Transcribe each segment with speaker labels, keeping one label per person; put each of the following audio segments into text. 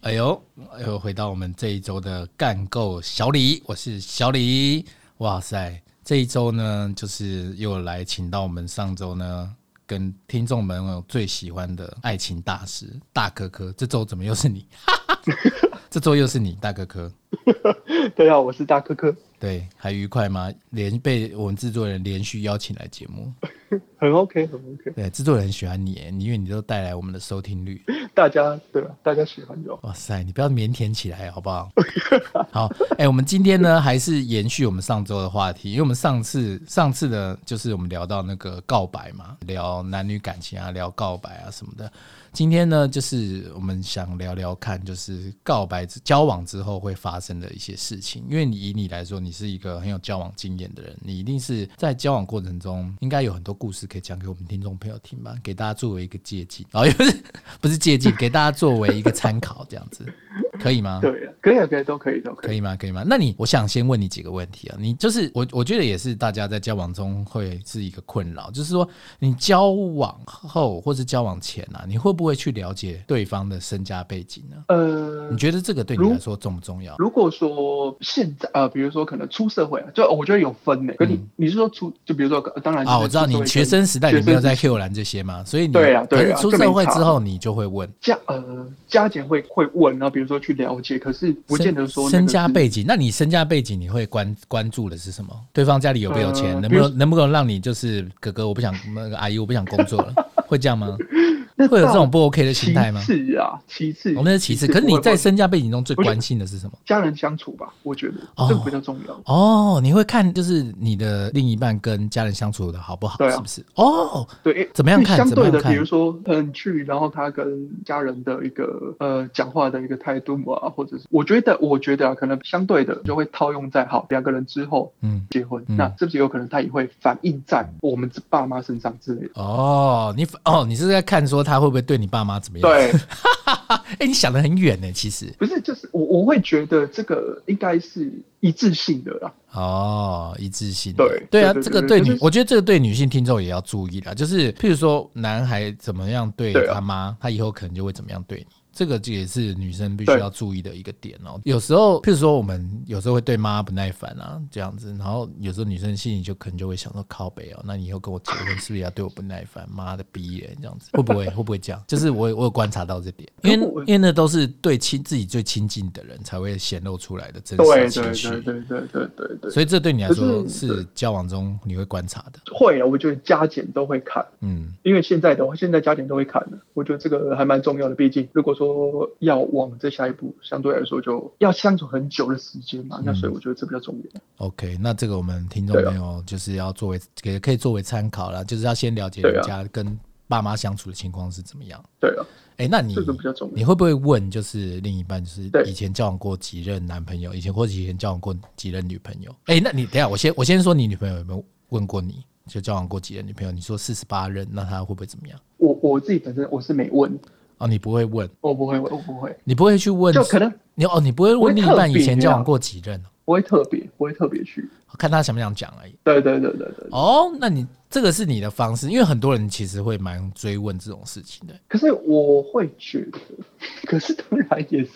Speaker 1: 哎回到我们这一周的干够小李，我是小李。哇塞，这一周呢，就是又来请到我们上周呢跟听众们有最喜欢的爱情大师大可可，这周怎么又是你？ 这周又是你，大可可。
Speaker 2: 大家好，啊我是大科科，
Speaker 1: 对，还愉快吗？连被我们制作人连续邀请来节目，
Speaker 2: 很 OK，很 OK，
Speaker 1: 对，制作人很喜欢你耶，你因为你都带来我们的收听率。
Speaker 2: 大家对吧？大家喜欢就好。
Speaker 1: 哇塞，你不要腼腆起来好不好？好，哎、我们今天呢还是延续我们上周的话题，因为我们上次上次的就是我们聊到那个告白嘛，聊男女感情啊，聊告白啊什么的。今天呢，就是我们想聊聊看，就是告白之交往之后会发生的一些事情。因为你以你来说，你是一个很有交往经验的人，你一定是在交往过程中应该有很多故事可以讲给我们听众朋友听吧，给大家作为一个借鉴，啊、哦，也不是不是借鉴，给大家作为一个参考，这样子可以吗？
Speaker 2: 对啊，可以啊，可以，都可以，都可
Speaker 1: 可
Speaker 2: 以。
Speaker 1: 以吗？可以吗？那你，我想先问你几个问题啊。你就是我，我觉得也是大家在交往中会是一个困扰，就是说你交往后或是交往前啊，你会不会去了解对方的身家背景呢？
Speaker 2: 呃
Speaker 1: 你，觉得这个对你
Speaker 2: 如
Speaker 1: 来说重不重要？
Speaker 2: 如果说现在呃，比如说可能出社会啊，就我觉得有分呢。可你你是说出，就比如说，呃当然
Speaker 1: 嗯啊，我知道你学生时代你没有在 Q 栏这些嘛，所以你
Speaker 2: 对啊
Speaker 1: 可
Speaker 2: 对
Speaker 1: 是
Speaker 2: 啊
Speaker 1: 出
Speaker 2: 这没
Speaker 1: 社会
Speaker 2: 差
Speaker 1: 之后你就会问
Speaker 2: 家呃家姐会会问，然后比如说去了解，可是不见得说那个
Speaker 1: 身家
Speaker 2: 是
Speaker 1: 背景。那你身家背景你会关关注的是什么？对方家里有没有钱？
Speaker 2: 呃
Speaker 1: 能不
Speaker 2: 比
Speaker 1: 能能不能让你就是哥哥我不想那个阿姨我不想工作了，会这样吗？
Speaker 2: 那
Speaker 1: 会有这种
Speaker 2: 到
Speaker 1: 不 OK 的心态吗
Speaker 2: 其次啊，其次，
Speaker 1: 我们是其次，可是你
Speaker 2: 不会
Speaker 1: 在
Speaker 2: 问
Speaker 1: 身家背景中最关心的是什么？
Speaker 2: 家人相处吧，我觉得
Speaker 1: 哦
Speaker 2: 这个比较重要。
Speaker 1: 哦，你会看就是你的另一半跟家人相处的好不好，
Speaker 2: 对啊
Speaker 1: 是不是？哦，
Speaker 2: 对，
Speaker 1: 怎么样看
Speaker 2: 相对
Speaker 1: 怎么
Speaker 2: 的，
Speaker 1: 样看
Speaker 2: 比如说，嗯，去，然后他跟家人的一个呃讲话的一个态度啊，或者是我觉得，我觉得啊，可能相对的就会套用在好两个人之后
Speaker 1: 嗯，
Speaker 2: 结婚，
Speaker 1: 嗯
Speaker 2: 那是不是有可能他也会反映在我们爸妈身上之类的？
Speaker 1: 哦，你哦，你是在看说他会不会对你爸妈怎么样？，
Speaker 2: 对，
Speaker 1: 哎、你想得很远呢，其实。
Speaker 2: 不是，就是我我会觉得这个应该是一致性的啦。
Speaker 1: 哦，一致性的。
Speaker 2: 对
Speaker 1: 对啊，
Speaker 2: 对对
Speaker 1: 这个
Speaker 2: 对
Speaker 1: 对
Speaker 2: 就
Speaker 1: 女，
Speaker 2: 是
Speaker 1: 我觉得这个对女性听众也要注意啦。就是譬如说，男孩怎么样对
Speaker 2: 对啊
Speaker 1: 他妈，他以后可能就会怎么样对你。这个就也是女生必须
Speaker 2: 对
Speaker 1: 要注意的一个点哦。有时候，譬如说，我们有时候会对妈不耐烦啊，这样子，然后有时候女生心里就可能就会想说，靠北哦，那你以后跟我结婚是不是也要对我不耐烦？妈的逼人，这样子会 不会会不会这样？就是我我有观察到这点，因
Speaker 2: 如
Speaker 1: 为
Speaker 2: 果
Speaker 1: 因为那都是对亲自己最亲近的人才会显露出来的真
Speaker 2: 对
Speaker 1: 实
Speaker 2: 对
Speaker 1: 情绪。
Speaker 2: 对对对对对对，
Speaker 1: 所以这对你来说
Speaker 2: 可是
Speaker 1: 是交往中你会观察的，
Speaker 2: 会啊，我觉得加减都会看。
Speaker 1: 嗯，
Speaker 2: 因为现在的话，现在家庭都会看的，我觉得这个还蛮重要的。毕竟，如果说要往这下一步，相对来说就要相处很久的时间嘛，那所以我觉得这比较重要。
Speaker 1: OK，那这个我们听众
Speaker 2: 对啊
Speaker 1: 朋友就是要作为也可以作为参考啦，就是要先了解
Speaker 2: 对啊
Speaker 1: 人家跟爸妈相处的情况是怎么样。
Speaker 2: 对啊，
Speaker 1: 哎、那你
Speaker 2: 这个比较重要
Speaker 1: 你会不会问，就是另一半，就是
Speaker 2: 对
Speaker 1: 以前交往过几任男朋友，以前或者以前交往过几任女朋友？哎、那你等一下，我先我先说你女朋友有没有问过你，就交往过几任女朋友？你说四十八任，那她会不会怎么样？
Speaker 2: 我我自己本身我是没问，
Speaker 1: 哦，你不会问，
Speaker 2: 我不会，我不会，
Speaker 1: 你不会去问，
Speaker 2: 就可能
Speaker 1: 你哦，你不会问
Speaker 2: 不会
Speaker 1: 另
Speaker 2: 特
Speaker 1: 一半以
Speaker 2: 别
Speaker 1: 前交往
Speaker 2: 啊
Speaker 1: 过几任哦，
Speaker 2: 不会特别，不会特别去。
Speaker 1: 看他想不想讲而已。
Speaker 2: 对对对对对。
Speaker 1: 哦，那你这个是你的方式，因为很多人其实会蛮追问这种事情的。
Speaker 2: 可是我会觉得，可是当然也是，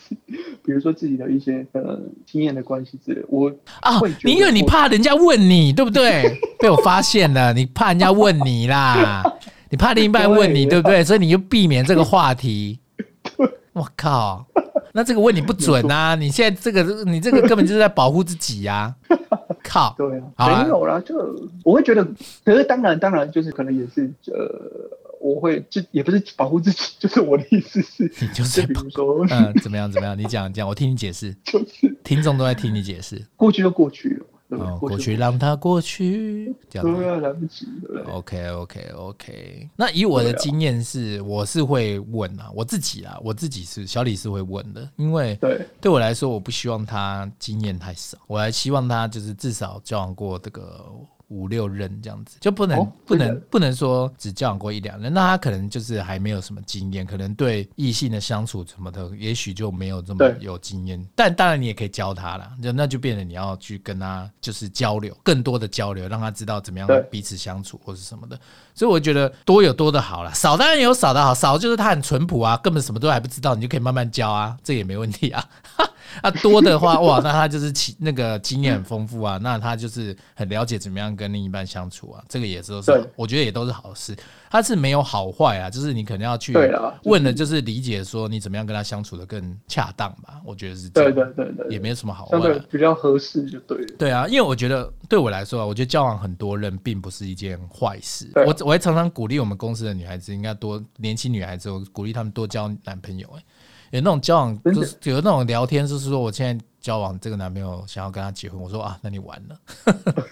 Speaker 2: 比如说自己的一些呃经验的关系之类，我
Speaker 1: 啊
Speaker 2: 会觉，
Speaker 1: 你
Speaker 2: 得
Speaker 1: 因为你
Speaker 2: 我
Speaker 1: 怕人家问你，对不对？被我发现了，你怕人家问你 啦，你怕另一半问你，对
Speaker 2: 对
Speaker 1: 不对？所以你就避免这个话题。我靠，那这个问你不准啊！你现在这个，你这个根本就是在保护自己呀、靠，
Speaker 2: 对啊，
Speaker 1: 好啊
Speaker 2: 没有啦，就我会觉得，可是当然当然就是可能也是呃，我会就也不是保护自己，就是我的意思是，
Speaker 1: 你就
Speaker 2: 就是
Speaker 1: 在
Speaker 2: 比如说、
Speaker 1: 嗯、怎么样？怎么样？你讲讲，我听你解释，
Speaker 2: 就是
Speaker 1: 听众都在听你解释。
Speaker 2: 过去就过去了嘛，对不对？
Speaker 1: 嗯哦，过
Speaker 2: 去
Speaker 1: 去让它过去，这样子。哦
Speaker 2: 对啊，来不及了，对不对
Speaker 1: OK OK OK，那以我的
Speaker 2: 对啊
Speaker 1: 经验是，我是会问啊，我自己啦，我自己是小李是会问的，因为
Speaker 2: 对
Speaker 1: 对我来说，我不希望他经验太少，我还希望他就是至少交往过这个五六任这样子，就不能、
Speaker 2: 哦
Speaker 1: 不
Speaker 2: 真的
Speaker 1: 能不能说只交往过一两任，那他可能就是还没有什么经验，可能对异性的相处什么的，也许就没有这么
Speaker 2: 对
Speaker 1: 有经验。但当然你也可以教他啦，就那就变得你要去跟他就是交流，更多的交流，让他知道怎么样
Speaker 2: 对
Speaker 1: 彼此相处或是什么的。所以我觉得多有多的好啦，少当然也有少的好，少就是他很淳朴啊，根本什么都还不知道，你就可以慢慢教啊，这也没问题啊。啊，多的话哇，那他就是经那个经验很丰富啊， 那他就是很了解怎么样跟另一半相处啊，这个也都是
Speaker 2: 对
Speaker 1: 我觉得也都是好事。他是没有好坏啊，就是你可能要去
Speaker 2: 对啊啦
Speaker 1: 问了，就是理解说你怎么样跟他相处的更恰当吧，我觉得是这
Speaker 2: 对
Speaker 1: 样。
Speaker 2: 对对对，
Speaker 1: 也没有什么好坏
Speaker 2: 相
Speaker 1: 啊、
Speaker 2: 对比较合适就对了。
Speaker 1: 对啊，因为我觉得对我来说啊，我觉得交往很多人并不是一件坏事。
Speaker 2: 对啊
Speaker 1: 我我还常常鼓励我们公司的女孩子，应该多年轻女孩子，我鼓励她们多交男朋友、欸。有那种交往，
Speaker 2: 真的
Speaker 1: 就是有那种聊天，就是说我现在交往这个男朋友，想要跟他结婚，我说啊，那你完 了。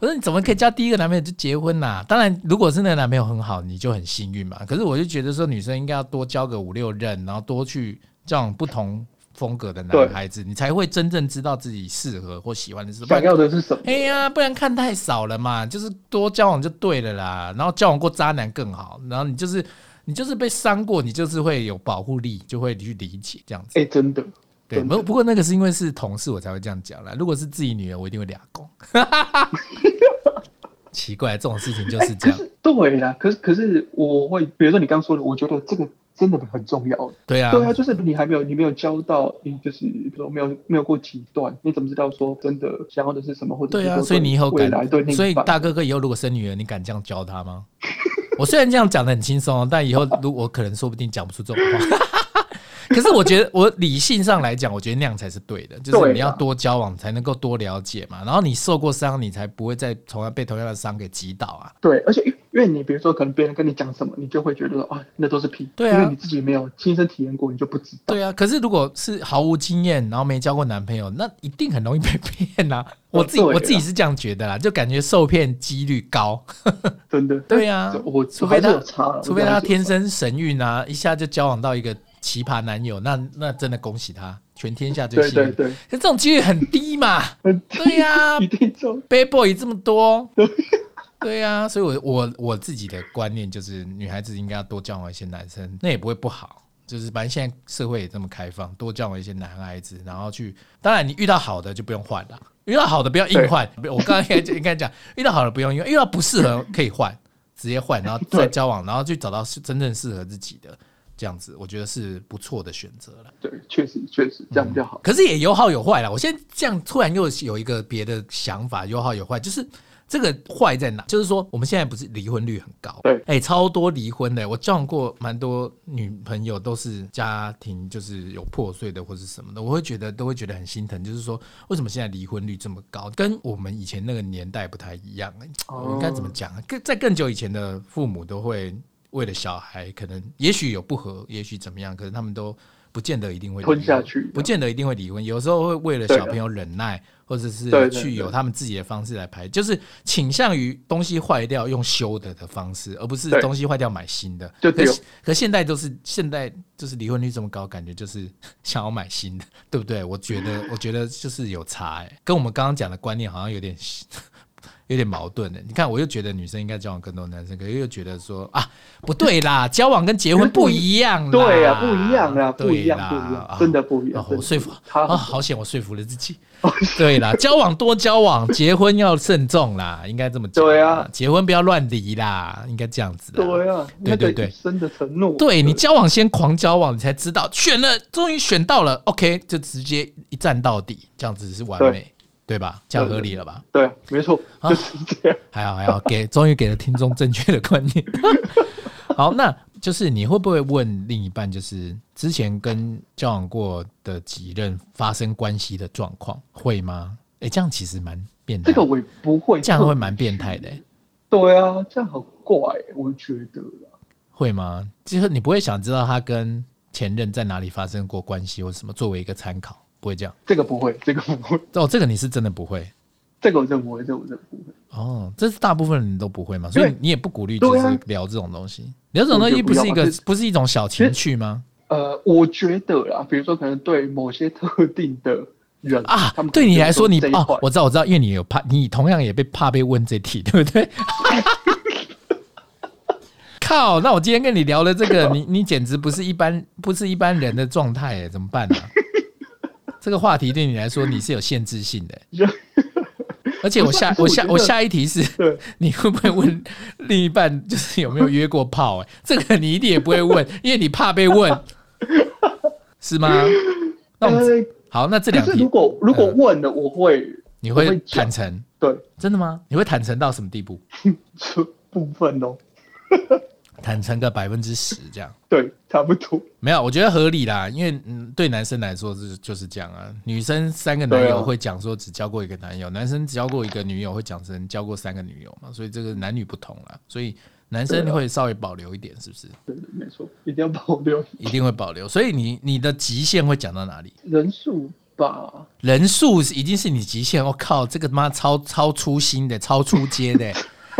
Speaker 1: 我说你怎么可以交第一个男朋友就结婚呐、当然，如果是那个男朋友很好，你就很幸运嘛。可是我就觉得说，女生应该要多交个五六任，然后多去交往不同风格的男
Speaker 2: 对
Speaker 1: 孩子，你才会真正知道自己适合或喜欢的是什么
Speaker 2: 想。要的是什么？
Speaker 1: 哎呀，不然看太少了嘛，就是多交往就对了啦。然后交往过渣男更好，然后你就是你就是被伤过，你就是会有保护力，就会去理解这样子。
Speaker 2: 哎、真的，
Speaker 1: 对，
Speaker 2: 真
Speaker 1: 没
Speaker 2: 的
Speaker 1: 有不过那个是因为是同事，我才会这样讲啦。如果是自己女儿，我一定会俩公。 奇怪，这种事情就是这
Speaker 2: 可
Speaker 1: 样。
Speaker 2: 是对啦，可是可是我会，比如说你刚说的，我觉得这个真的很重要。
Speaker 1: 对啊，
Speaker 2: 对啊，就是你还没有你没有交到，你就是比如说没有没有过几段，你怎么知道说真的想要的是什么，或者
Speaker 1: 对
Speaker 2: 是
Speaker 1: 啊，
Speaker 2: 说
Speaker 1: 所以你以后
Speaker 2: 未来
Speaker 1: 敢
Speaker 2: 对，另
Speaker 1: 所以
Speaker 2: 一半
Speaker 1: 大哥哥以后如果生女儿，你敢这样教她吗？ 我虽然这样讲的很轻松哦，但以后如我可能说不定讲不出这种话。 可是我觉得，我理性上来讲，我觉得那样才是对的，就是
Speaker 2: 对啊
Speaker 1: 你要
Speaker 2: 啦
Speaker 1: 多交往，才能够多了解嘛。然后你受过伤，你才不会再同样被同样的伤给击倒啊。
Speaker 2: 对，而且因因为你比如说可能别人跟你讲什么，你就会觉得说啊那都是屁，
Speaker 1: 对啊
Speaker 2: 因为你自己没有亲身体验过，你就不知道。
Speaker 1: 对啊，可是如果是毫无经验，然后没交过男朋友，那一定很容易被骗呐、我自己
Speaker 2: 对啦啊
Speaker 1: 我自己是这样觉得啦，就感觉受骗几率高。
Speaker 2: 真的。
Speaker 1: 对啊
Speaker 2: 这我
Speaker 1: 除非他
Speaker 2: 我还是有差啦，
Speaker 1: 除非他天
Speaker 2: 生
Speaker 1: 生神韵啊，一下就交往到一个奇葩男友，那那真的恭喜他，全天下最
Speaker 2: 对
Speaker 1: 幸运。
Speaker 2: 对对，
Speaker 1: 可这种几率很低嘛，
Speaker 2: 嗯
Speaker 1: 对啊呀、
Speaker 2: 一定中。
Speaker 1: bad boy 这么多，对呀、所以我我我自己的观念就是，女孩子应该要多交往一些男生，那也不会不好。就是反正现在社会也这么开放，多交往一些男孩子，然后去，当然你遇到好的就不用换了，遇到好的不要硬换。我刚才应该讲，遇到好的不用硬换，遇到不适合可以换，直接换，然后再
Speaker 2: 对
Speaker 1: 交往，然后去找到是真正适合自己的，这样子我觉得是不错的选择了。
Speaker 2: 对，确实确实这样比较好。
Speaker 1: 可是也有好有坏啦。我现在这样突然又有一个别的想法，有好有坏，就是这个坏在哪？就是说我们现在不是离婚率很高，
Speaker 2: 对
Speaker 1: 哎、超多离婚的、我撞过蛮多女朋友，都是家庭就是有破碎的或是什么的，我会觉得都会觉得很心疼，就是说为什么现在离婚率这么高，跟我们以前那个年代不太一样、哎
Speaker 2: 哦
Speaker 1: 我应该怎么讲啊？更在更久以前的父母都会。为了小孩，可能也许有不和，也许怎么样，可是他们都不见得一定会
Speaker 2: 吞
Speaker 1: 离
Speaker 2: 下
Speaker 1: 婚
Speaker 2: 去
Speaker 1: 不见得一定会离婚，有时候会为了
Speaker 2: 对
Speaker 1: 小朋友忍耐，或者是
Speaker 2: 对对
Speaker 1: 去
Speaker 2: 对
Speaker 1: 有他们自己的方式来排，就是倾向于东西坏掉用修的的方式，而不是
Speaker 2: 对
Speaker 1: 东西坏掉买新的。
Speaker 2: 就
Speaker 1: 可
Speaker 2: 丢
Speaker 1: 是可现在都是现在就是离婚率这么高，感觉就是 想要买新的，对不对？我觉得我觉得就是有差、欸，跟我们刚刚讲的观念好像有点 有点矛盾的。欸你看，我又觉得女生应该交往更多男生，可是又觉得说啊，不对啦，交往跟结婚不一样啦，
Speaker 2: 对呀，不一样啦，不 一
Speaker 1: 对
Speaker 2: 样，
Speaker 1: 啦
Speaker 2: 不一样
Speaker 1: 啊，
Speaker 2: 真的不一样
Speaker 1: 哦。
Speaker 2: 真
Speaker 1: 我
Speaker 2: 的
Speaker 1: 说服
Speaker 2: 他
Speaker 1: 啊，好险，我说服了自己。对啦，交往多交往，结婚要慎重啦，应该这么讲啦。
Speaker 2: 对啊
Speaker 1: 结婚不要乱离啦，应该这样子啦。
Speaker 2: 对啊，
Speaker 1: 对
Speaker 2: 那
Speaker 1: 对
Speaker 2: 个
Speaker 1: 对
Speaker 2: 一生的承诺，
Speaker 1: 对你交往先狂交往，你才知道选了，终于选到了，OK，就直接一站到底，这样子是完美，对吧？这样合理了吧？
Speaker 2: 对，没错，
Speaker 1: 啊
Speaker 2: 就是 这样。
Speaker 1: 还好还好，给终于给了听众正确的观念。 好，那就是你会不会问另一半，就是之前跟交往过的几任发生关系的状况，会吗？哎、这样其实蛮变态，
Speaker 2: 这个我也不会，
Speaker 1: 这样会蛮变态的、诶
Speaker 2: 对啊，这样好怪，我觉得啦。
Speaker 1: 会吗？就是你不会想知道他跟前任在哪里发生过关系或什么，作为一个参考，不会这样。
Speaker 2: 这个不会，这个不会，
Speaker 1: 哦，这个你是真的不会
Speaker 2: 这个我真的不会，这个我真的不会。
Speaker 1: 哦，这是大部分人都不会嘛，所以
Speaker 2: 对啊
Speaker 1: 你也不鼓励就
Speaker 2: 对
Speaker 1: 是
Speaker 2: 啊
Speaker 1: 聊这种东西，聊这种东西不是一
Speaker 2: 我觉得不要
Speaker 1: 个
Speaker 2: 吧这
Speaker 1: 不是一种小情趣吗？
Speaker 2: 呃，我觉得啦，比如说可能对某些特定的人
Speaker 1: 啊
Speaker 2: 他们，可能
Speaker 1: 对你
Speaker 2: 就
Speaker 1: 来说你
Speaker 2: 这一
Speaker 1: 哦
Speaker 2: 块，
Speaker 1: 我知道我知道，因为你有怕，你同样也被怕被问这题， 对不对？靠，那我今天跟你聊了这个，你你简直不是一般不是一般人的状态哎，怎么办呢、这个话题对你来说你是有限制性的，而且我下我
Speaker 2: 不是
Speaker 1: 下
Speaker 2: 啊可是我觉得
Speaker 1: 我下一题是
Speaker 2: 对，
Speaker 1: 你会不会问另一半，就是有没有约过炮、欸？哎，这个 你一定也不会问，因为你怕被问，是吗？那我们
Speaker 2: 呃
Speaker 1: 好，那这两
Speaker 2: 可是
Speaker 1: 题
Speaker 2: 如果如果
Speaker 1: 嗯
Speaker 2: 问了，我会
Speaker 1: 你
Speaker 2: 我
Speaker 1: 会
Speaker 2: 会讲
Speaker 1: 坦诚？
Speaker 2: 对
Speaker 1: 真的吗？你会坦诚到什么地步？
Speaker 2: 这部分哦，
Speaker 1: 坦诚个百分之十这样？
Speaker 2: 对，差不多。
Speaker 1: 没有，我觉得合理啦，因为嗯，对男生来说是就是这样啊。女生三个男
Speaker 2: 对
Speaker 1: 友
Speaker 2: 啊
Speaker 1: 会讲说只交过一个男友，男生只交过一个女友会讲成交过三个女友嘛，所以这个男女不同啦。所以男生
Speaker 2: 对啊
Speaker 1: 会稍微保留一点，是不是？
Speaker 2: 对对，没错，一定要保留
Speaker 1: 一定会保留。所以你你的极限会讲到哪里？
Speaker 2: 人数吧。
Speaker 1: 人数是已经是你极限。我、哦靠，这个他妈超超粗心的，超出街 的，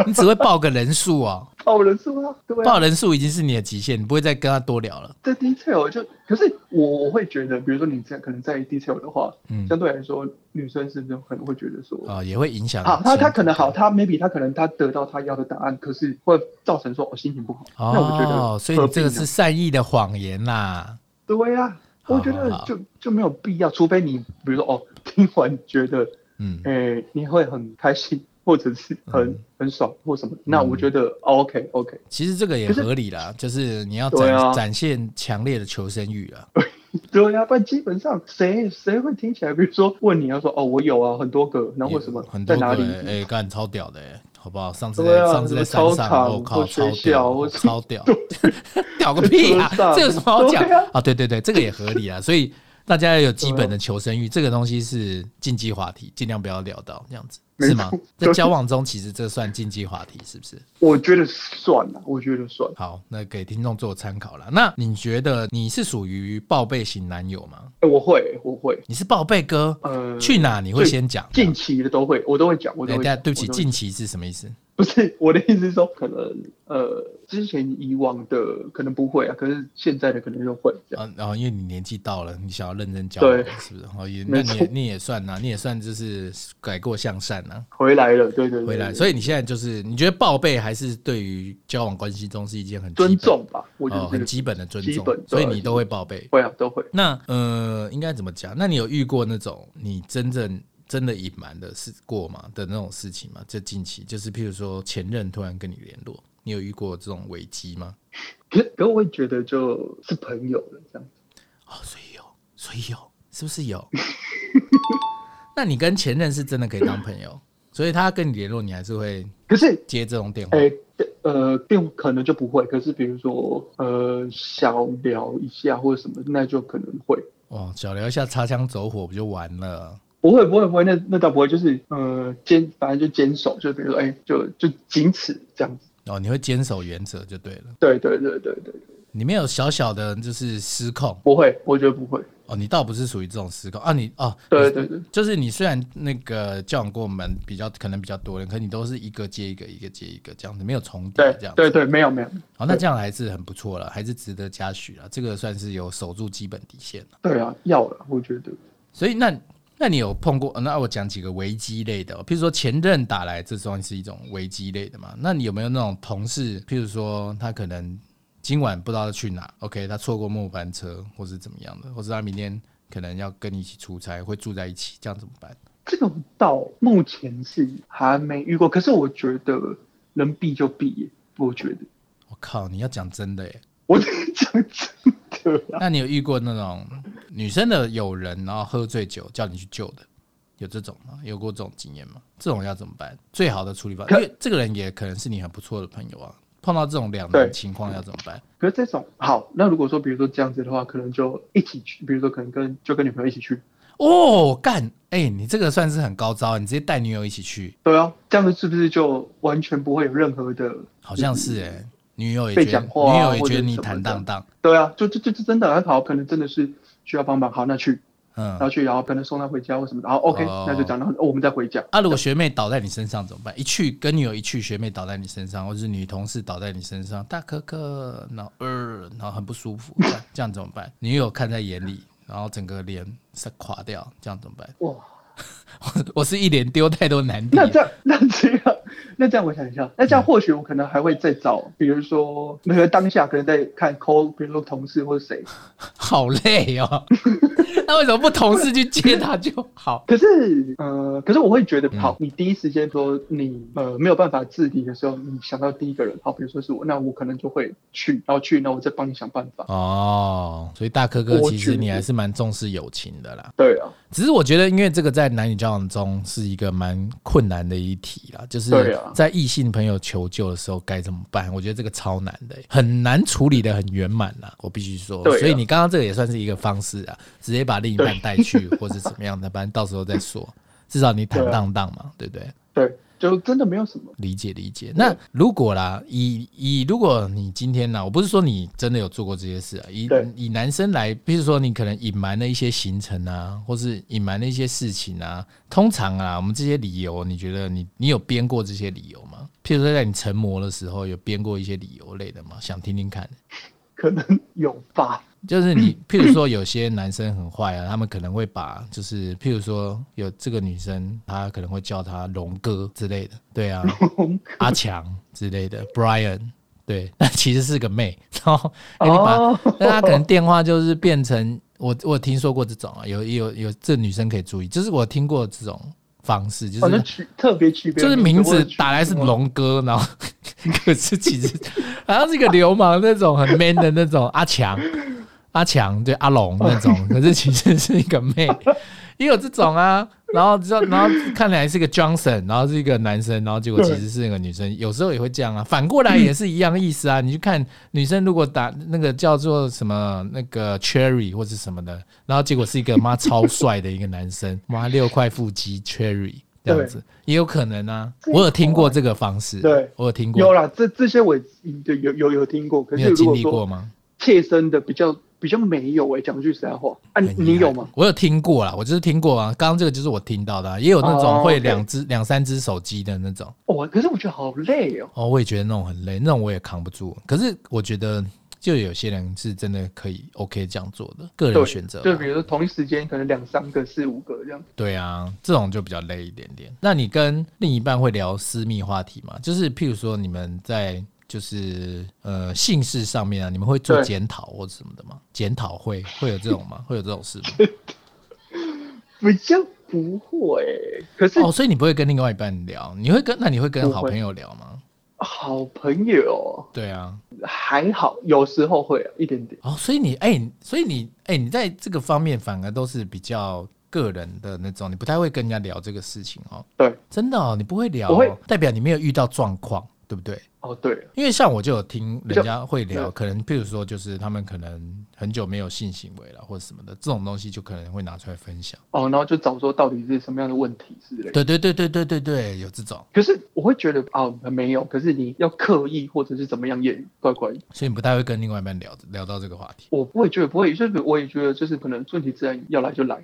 Speaker 1: 你只会报个人数哦，
Speaker 2: 哦，人数啊，对啊，
Speaker 1: 报人数已经是你的极限，你不会再跟他多聊了。
Speaker 2: 在 detail 就可是我我会觉得，比如说你在可能在 detail 的话，
Speaker 1: 嗯
Speaker 2: 相对来说，女生是不是可能会觉得说，
Speaker 1: 啊、也会影响
Speaker 2: 啊，他他可能好，
Speaker 1: 情
Speaker 2: 他 maybe 他可能他得到他要的答案，可是会造成说我、哦心情不好。
Speaker 1: 感
Speaker 2: 那我觉
Speaker 1: 哦，
Speaker 2: 得，啊
Speaker 1: 所以你这个是善意的谎言啦。
Speaker 2: 对啊，
Speaker 1: 好
Speaker 2: 我觉
Speaker 1: 好
Speaker 2: 得
Speaker 1: 好
Speaker 2: 就就没有必要，除非你比如说哦，听完觉得，
Speaker 1: 嗯，
Speaker 2: 诶、你会很开心，或者是很、
Speaker 1: 嗯
Speaker 2: 很爽或什么，那我觉得、哦、OK OK，
Speaker 1: 其实这个也合理啦，就是你要
Speaker 2: 对
Speaker 1: 展、
Speaker 2: 啊
Speaker 1: 展现强烈的求生欲啊。
Speaker 2: 对啊，不然基本上谁谁会听起来，比如说问你要说哦，我有啊，很多个，然后为什么
Speaker 1: 也很多
Speaker 2: 在
Speaker 1: 个
Speaker 2: 哪里？
Speaker 1: 欸哎，干、超屌的、欸，好不好？上次在、
Speaker 2: 对啊
Speaker 1: 上次在
Speaker 2: 什么
Speaker 1: 山
Speaker 2: 操
Speaker 1: 上，
Speaker 2: 场
Speaker 1: 我、靠，
Speaker 2: 或
Speaker 1: 超
Speaker 2: 学
Speaker 1: 屌，
Speaker 2: 校
Speaker 1: 我
Speaker 2: 或
Speaker 1: 超屌， 屌个屁啊
Speaker 2: 在车！上
Speaker 1: 这有什么好讲
Speaker 2: 对啊
Speaker 1: 啊？对对对，这个也合理啊。所以大家要有基本的求生欲，这个东西是禁忌话题，尽量不要聊到这样子，
Speaker 2: 没
Speaker 1: 是吗
Speaker 2: 错？
Speaker 1: 在交往中，其实这算禁忌话题，是不是？
Speaker 2: 我觉得算了，我觉得算了。
Speaker 1: 好，那给听众做参考啦。那你觉得你是属于报备型男友吗？
Speaker 2: 哎我会，我会，
Speaker 1: 你是报备哥？
Speaker 2: 呃，
Speaker 1: 去哪你会
Speaker 2: 最
Speaker 1: 先讲？
Speaker 2: 近期的都会，我都会讲，我都
Speaker 1: 哎，
Speaker 2: 会
Speaker 1: 大家
Speaker 2: 讲。
Speaker 1: 对不起，
Speaker 2: 我都会
Speaker 1: 近期是什么意思？
Speaker 2: 不是我的意思是说，可能呃，之前以往的可能不会啊，可是现在的可能就会这样。
Speaker 1: 啊，然后因为你年纪到了，你想要认真交往
Speaker 2: 对，
Speaker 1: 是不是？哦，也那
Speaker 2: 没
Speaker 1: 你
Speaker 2: 错
Speaker 1: 也你也算啊呐、你也算就是改过向善呐、
Speaker 2: 回来了，对对对，
Speaker 1: 回来。
Speaker 2: 对
Speaker 1: 所以你现在就是，你觉得报备还是对于交往关系中是一件很基本
Speaker 2: 尊重吧，我觉
Speaker 1: 哦，
Speaker 2: 得这
Speaker 1: 很
Speaker 2: 个
Speaker 1: 基本的尊
Speaker 2: 基
Speaker 1: 重
Speaker 2: 本，
Speaker 1: 所以
Speaker 2: 对
Speaker 1: 你都会报备。
Speaker 2: 会啊，都会。
Speaker 1: 那呃，应该怎么讲？那你有遇过那种你真正真的隐瞒的事过吗？的那种事情吗？这近期就是，譬如说前任突然跟你联络，你有遇过这种危机吗？
Speaker 2: 可可我会觉得就是朋友了这样。
Speaker 1: 哦，所以有，所以有，是不是有？ 那你跟前任是真的可以当朋友，所以他跟你联络，你还是会
Speaker 2: 可是
Speaker 1: 接这种电话。
Speaker 2: 哎、呃，并可能就不会。可是比如说，呃，小聊一下或者什么，那就可能会。
Speaker 1: 哇，哦小聊一下擦枪走火不就完了？
Speaker 2: 不会，不会，不会，那那倒不会，就是呃，坚，反正就坚守，就比如说，哎、就就仅此这样子。
Speaker 1: 哦，你会坚守原则就对了，
Speaker 2: 对对对对对，
Speaker 1: 你没有小小的就是失控
Speaker 2: 不会，我觉得不会。
Speaker 1: 哦，你倒不是属于这种失控啊，你哦，
Speaker 2: 对
Speaker 1: 你
Speaker 2: 对对，
Speaker 1: 就是你虽然那个交往过门比较可能比较多人，可你都是一个接一个，一个接一个这样子，没有重叠
Speaker 2: 对
Speaker 1: 这样子。
Speaker 2: 对对，没有没有，
Speaker 1: 好，那这样还是很不错了，还是值得嘉许了。这个算是有守住基本底线了。
Speaker 2: 对啊，要了，我觉得
Speaker 1: 所以那那你有碰过？呃那我讲几个危机类的哦、譬如说前任打来，这算是一种危机类的嘛？那你有没有那种同事，譬如说他可能今晚不知道要去哪，OK，他错过末班车，或是怎么样的，或是他明天可能要跟你一起出差，会住在一起，这样怎么办？
Speaker 2: 这种到目前是还没遇过。可是我觉得能避就避耶，我觉得
Speaker 1: 我靠，你要讲真的耶！
Speaker 2: 我 讲真的啊，
Speaker 1: 那你有遇过那种女生的友人，然后喝醉酒叫你去救的，有这种吗？有过这种经验吗？这种要怎么办？最好的处理法，因
Speaker 2: 可
Speaker 1: 为这个人也可能是你很不错的朋友啊。碰到这种两难
Speaker 2: 对
Speaker 1: 情况要怎么办？
Speaker 2: 可是这种好，那如果说比如说这样子的话，可能就一起去，比如说可能跟就跟女朋友一起去，
Speaker 1: 哦，干，哎、你这个算是很高招，你直接带女友一起去，
Speaker 2: 对啊，这样子是不是就完全不会有任何的？
Speaker 1: 好像是哎、女友也
Speaker 2: 被
Speaker 1: 觉得，
Speaker 2: 讲话啊
Speaker 1: 女友也
Speaker 2: 或者
Speaker 1: 觉得
Speaker 2: 是
Speaker 1: 你
Speaker 2: 什么
Speaker 1: 坦
Speaker 2: 的
Speaker 1: 荡荡，
Speaker 2: 对啊，就就就就真的很好，可能真的是需要帮忙，好那去，
Speaker 1: 嗯
Speaker 2: 然。后去，然后可能送她回家或什么的，然后 OK，、
Speaker 1: 哦
Speaker 2: 那就讲，然后、哦、我们再回家。
Speaker 1: 啊，如果学妹倒在你身上怎么办？一去跟女友一去，学妹倒在你身上，或者是女同事倒在你身上，大可可，然后呃，然后很不舒服，这样这样怎么办？女友看在眼里，然后整个脸是垮掉，这样怎么办？
Speaker 2: 哇，
Speaker 1: 我是一脸丢太多难题
Speaker 2: 那，这样那这样那这样我想一下，那这样或许我可能还会再找，比如说那个当下可能在看 call，比如说同事或者谁。
Speaker 1: 好累哦。那为什么不同事去接他就好？
Speaker 2: 可是呃，可是我会觉
Speaker 1: 嗯
Speaker 2: 得，好，你第一时间说你呃没有办法自理的时候，你想到第一个人，好，比如说是我，那我可能就会去，然后去，那我再帮你想办法。
Speaker 1: 哦，所以大哥哥
Speaker 2: 我
Speaker 1: 其
Speaker 2: 觉
Speaker 1: 实
Speaker 2: 得
Speaker 1: 你还是蛮重视友情的啦。
Speaker 2: 对啊，
Speaker 1: 只是我觉得，因为这个在男女交往中是一个蛮困难的一题啦，就是
Speaker 2: 对啊
Speaker 1: 在异性朋友求救的时候该怎么办？我觉得这个超难的、很难处理的很圆满啦，我必须说。
Speaker 2: 对啊
Speaker 1: 所以你刚刚这个也算是一个方式啊，直接把另一半
Speaker 2: 对
Speaker 1: 带去或者怎么样的，反正到时候再说，至少你坦荡荡嘛，对不对？
Speaker 2: 对，就真的没有什么。
Speaker 1: 理解理解。那如果啦，以以如果你今天呢，我不是说你真的有做过这些事啊，以
Speaker 2: 对
Speaker 1: 以男生来，比如说你可能隐瞒了一些行程啊，或是隐瞒了一些事情啊，通常啊，我们这些理由，你觉得你你有编过这些理由吗？譬如说在你成魔的时候，有编过一些理由类的吗？想听听看。
Speaker 2: 可能有吧。
Speaker 1: 就是你，譬如说有些男生很坏啊，他 们可能会把，就是譬如说有这个女生，她可能会叫他龙哥之类的，对啊，阿强之类的，Brian，对， 那其实是个妹， 然后、哎你把，
Speaker 2: 哦，
Speaker 1: 那她可能电话就是变成我，我有听说过这种啊，有有有这女生可以注意，就是我听过这种方式，就
Speaker 2: 反
Speaker 1: 是
Speaker 2: 正区特别区别，
Speaker 1: 就是名
Speaker 2: 我
Speaker 1: 字
Speaker 2: 有区
Speaker 1: 打来是龙哥，然后 可是其实好像是一个流氓那种很 man 的那种阿强，阿强对阿龙那种，可是其实是一个妹，也有这种啊。然后之后，然后看起来是个 Johnson，然后是一个男生，然后结果其实是个女生，有时候也会这样啊。反过来也是一样意思啊。你去看女生如果打那个叫做什么那个 Cherry 或者什么的，然后结果是一个妈超帅的一个男生，妈六块腹肌 Cherry 这样子，也有可能啊。
Speaker 2: 这
Speaker 1: 我有听过这个方式，
Speaker 2: 对
Speaker 1: 我有听
Speaker 2: 有
Speaker 1: 过，
Speaker 2: 啦，这这些我对有有有听过，可
Speaker 1: 你有
Speaker 2: 是如
Speaker 1: 经
Speaker 2: 果
Speaker 1: 历过
Speaker 2: 说
Speaker 1: 吗？
Speaker 2: 切身的比较比较没有诶、讲句实在话，啊，
Speaker 1: 很
Speaker 2: 你
Speaker 1: 哎厉害
Speaker 2: 你有吗？？
Speaker 1: 我有听过啦，我就是听过啊。刚刚这个就是我听到的、啊，也有那种
Speaker 2: 哦
Speaker 1: 会
Speaker 2: 对
Speaker 1: 两只、两三只手机的那种。
Speaker 2: 哦，可是我觉得好累哦。
Speaker 1: 哦，我也觉得那种很累，那种我也扛不住。可是我觉得，就有些人是真的可以 OK 这样做的，个人
Speaker 2: 对
Speaker 1: 选择吧。
Speaker 2: 就比如说同一时间可能两三个、四五个这样。
Speaker 1: 对啊，这种就比较累一点点。那你跟另一半会聊私密话题吗？就是譬如说你们在就是呃性事上面啊，你们会做
Speaker 2: 对
Speaker 1: 检讨或者什么的吗？检讨会会有这种吗？会有这种事吗？
Speaker 2: 比较不会、可是
Speaker 1: 哦，所以你不会跟另外一半聊，你会跟那你会跟
Speaker 2: 不
Speaker 1: 好
Speaker 2: 会
Speaker 1: 朋友聊吗？
Speaker 2: 好朋友哦
Speaker 1: 对啊，
Speaker 2: 还好，有时候会、啊一点点。
Speaker 1: 哦，所以你哎、所以你哎、你在这个方面反而都是比较个人的那种，你不太会跟人家聊这个事情哦。
Speaker 2: 对，
Speaker 1: 真的哦，你不会聊
Speaker 2: 我
Speaker 1: 哦
Speaker 2: 会，
Speaker 1: 代表你没有遇到状况，对不对？
Speaker 2: 哦对，
Speaker 1: 因为像我就有听人家会
Speaker 2: 比
Speaker 1: 聊，
Speaker 2: 较
Speaker 1: 可能譬如说就是他们可能很久没有性行为了或者什么的，这种东西就可能会拿出来分享。
Speaker 2: 哦，然后就找说到底是什么样的问题之类的。
Speaker 1: 对对对对对对对，有这种，
Speaker 2: 可是我会觉得啊、没有。可是你要刻意或者是怎么样也怪怪的。。
Speaker 1: 所以你不太会跟另外一半聊聊到这个话题
Speaker 2: 我不会觉得不会，就是我也觉得就是可能顺其自然，要来就来。